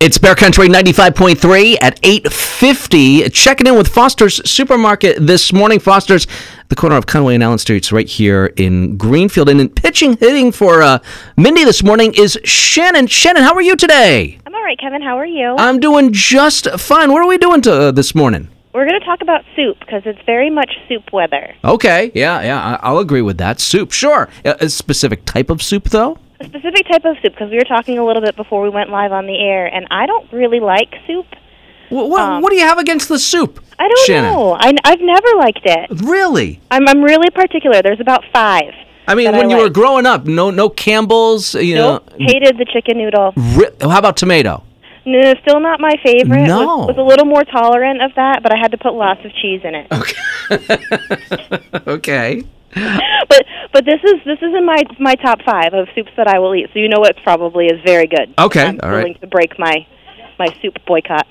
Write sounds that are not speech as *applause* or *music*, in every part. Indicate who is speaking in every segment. Speaker 1: It's Bear Country 95.3 at 8.50. Checking in with Foster's Supermarket this morning. Foster's, the corner of Conway and Allen Streets right here in Greenfield. And in pitching, hitting for uh, Mindy this morning is Shannon. Shannon, how are you today?
Speaker 2: I'm all right, Kevin. How are you?
Speaker 1: I'm doing just fine. What are we doing to, uh, this morning?
Speaker 2: We're going to talk about soup because it's very much soup weather.
Speaker 1: Okay, yeah, yeah, I- I'll agree with that. Soup, sure. Uh, A a specific type of soup, though?
Speaker 2: A specific type of soup because we were talking a little bit before we went live on the air, and I don't really like soup.
Speaker 1: What, what,
Speaker 2: Um,
Speaker 1: what do you have against the soup,
Speaker 2: I don't
Speaker 1: Shannon?
Speaker 2: know. I, I've never liked it.
Speaker 1: Really?
Speaker 2: I'm, I'm really particular. There's about five.
Speaker 1: I mean,
Speaker 2: that
Speaker 1: when you were
Speaker 2: like.
Speaker 1: growing up, no, no Campbell's, you
Speaker 2: Nope,
Speaker 1: know.
Speaker 2: hated the chicken noodle.
Speaker 1: Ri- How about tomato?
Speaker 2: No, still not my favorite.
Speaker 1: No.
Speaker 2: Was, was a little more tolerant of that, but I had to put lots of cheese in it.
Speaker 1: Okay.
Speaker 2: But but this is this is in my my top five of soups that I will eat. So you know it probably is very good.
Speaker 1: Okay,
Speaker 2: I'm
Speaker 1: all right.
Speaker 2: willing to break my my soup boycott.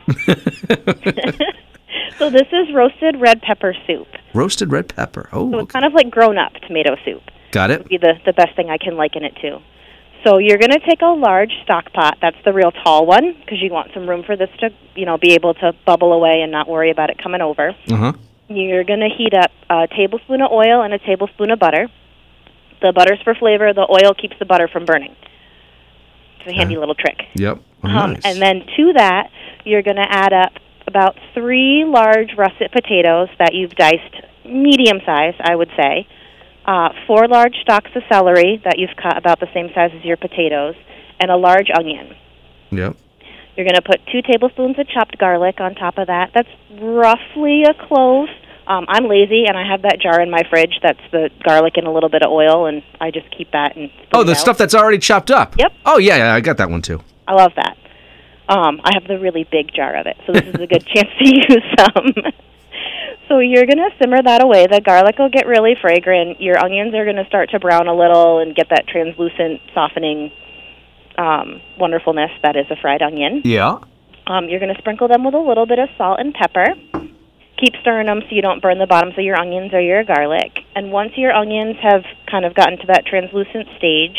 Speaker 2: so this is roasted red pepper soup.
Speaker 1: *laughs* Roasted red pepper. Oh,
Speaker 2: So
Speaker 1: okay.
Speaker 2: it's kind of like grown up tomato soup.
Speaker 1: got it.
Speaker 2: Be the the best thing I can liken it to. So you're going to take a large stock pot. That's the real tall one because you want some room for this to you know be able to bubble away and not worry about it coming over.
Speaker 1: Uh huh.
Speaker 2: You're going to heat up a tablespoon of oil and a tablespoon of butter. The butter's for flavor, the oil keeps the butter from burning. It's a handy little trick.
Speaker 1: Yep. Oh,
Speaker 2: Um,
Speaker 1: nice.
Speaker 2: and then to that, you're going to add up about three large russet potatoes that you've diced medium size, I would say, uh, four large stalks of celery that you've cut about the same size as your potatoes, and a large onion.
Speaker 1: yep.
Speaker 2: You're going to put two tablespoons of chopped garlic on top of that. That's roughly a clove. Um, I'm lazy, and I have that jar in my fridge. That's the garlic and a little bit of oil, and I just keep that. And
Speaker 1: Oh, the
Speaker 2: out.
Speaker 1: stuff that's already chopped up.
Speaker 2: Yep.
Speaker 1: Oh yeah, yeah, I got that one too.
Speaker 2: I love that. Um, I have the really big jar of it, so this is a good chance to use some. so you're going to simmer that away. The garlic will get really fragrant. Your onions are going to start to brown a little and get that translucent, softening um, wonderfulness that is a fried onion.
Speaker 1: Yeah.
Speaker 2: Um, you're going to sprinkle them with a little bit of salt and pepper. Keep stirring them so you don't burn the bottoms of your onions or your garlic. And once your onions have kind of gotten to that translucent stage,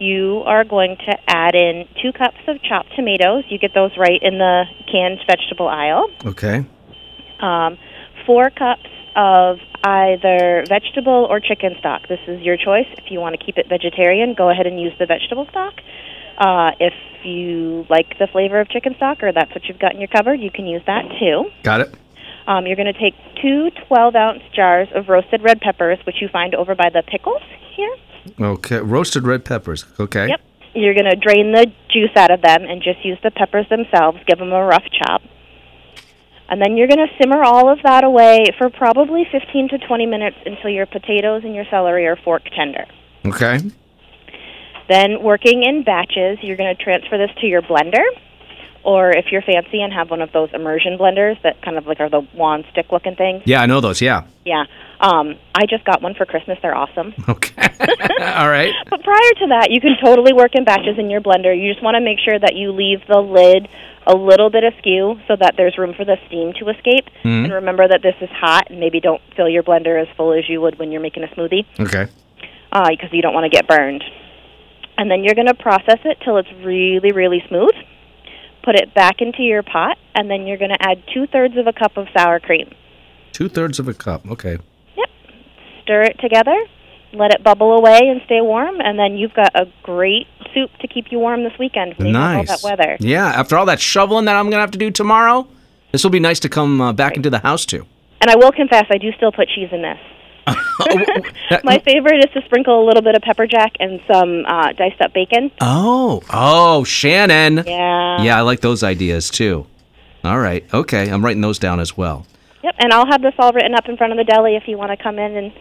Speaker 2: you are going to add in two cups of chopped tomatoes. You get those right in the canned vegetable aisle.
Speaker 1: Okay.
Speaker 2: Um, four cups of either vegetable or chicken stock. This is your choice. If you want to keep it vegetarian, go ahead and use the vegetable stock. Uh, if you like the flavor of chicken stock or that's what you've got in your cupboard, you can use that too.
Speaker 1: Got it.
Speaker 2: Um, you're going to take two 12 ounce jars of roasted red peppers, which you find over by the pickles here.
Speaker 1: Okay. Roasted red peppers. Okay.
Speaker 2: Yep. You're going to drain the juice out of them and just use the peppers themselves, give them a rough chop. And then you're going to simmer all of that away for probably 15 to 20 minutes until your potatoes and your celery are fork tender.
Speaker 1: Okay.
Speaker 2: Then, working in batches, you're going to transfer this to your blender, or if you're fancy and have one of those immersion blenders that kind of like are the wand stick looking things.
Speaker 1: Yeah, I know those. Yeah. *laughs*
Speaker 2: Yeah. Um, I just got one for Christmas. They're awesome.
Speaker 1: Okay. *laughs* All right.
Speaker 2: But prior to that, you can totally work in batches in your blender. You just want to make sure that you leave the lid a little bit askew so that there's room for the steam to escape. And remember that this is hot, and maybe don't fill your blender as full as you would when you're making a smoothie
Speaker 1: Okay.
Speaker 2: uh, because you don't want to get burned. And then you're going to process it till it's really, really smooth. Put it back into your pot, and then you're going to add two thirds of a cup of sour cream.
Speaker 1: Two thirds of a cup. Okay.
Speaker 2: Yep. Stir it together, let it bubble away and stay warm, and then you've got a great soup to keep you warm this weekend when you have all
Speaker 1: nice.
Speaker 2: that weather.
Speaker 1: Yeah. After all that shoveling that I'm gonna have to do tomorrow, this will be nice to come uh, back into the house *laughs* to.
Speaker 2: And I will confess, I do still put cheese in this.
Speaker 1: Oh,
Speaker 2: My
Speaker 1: Mm.
Speaker 2: favorite is to sprinkle a little bit of pepper jack and some uh, diced up bacon.
Speaker 1: Oh, oh, Shannon.
Speaker 2: Yeah.
Speaker 1: Yeah, I like those ideas too. All right. Okay. I'm writing those down as well.
Speaker 2: Yep. And I'll have this all written up in front of the deli if you want to come in and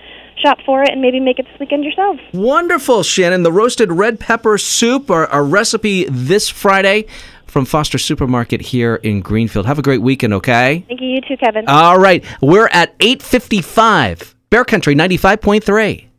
Speaker 2: shop for it and maybe make it this weekend yourselves.
Speaker 1: Wonderful, Shannon. The roasted red pepper soup, our, our recipe this Friday from Foster Supermarket here in Greenfield. Have a great weekend, okay?
Speaker 2: Thank you, you too, Kevin.
Speaker 1: All right. We're at 855 Bear Country 95.3.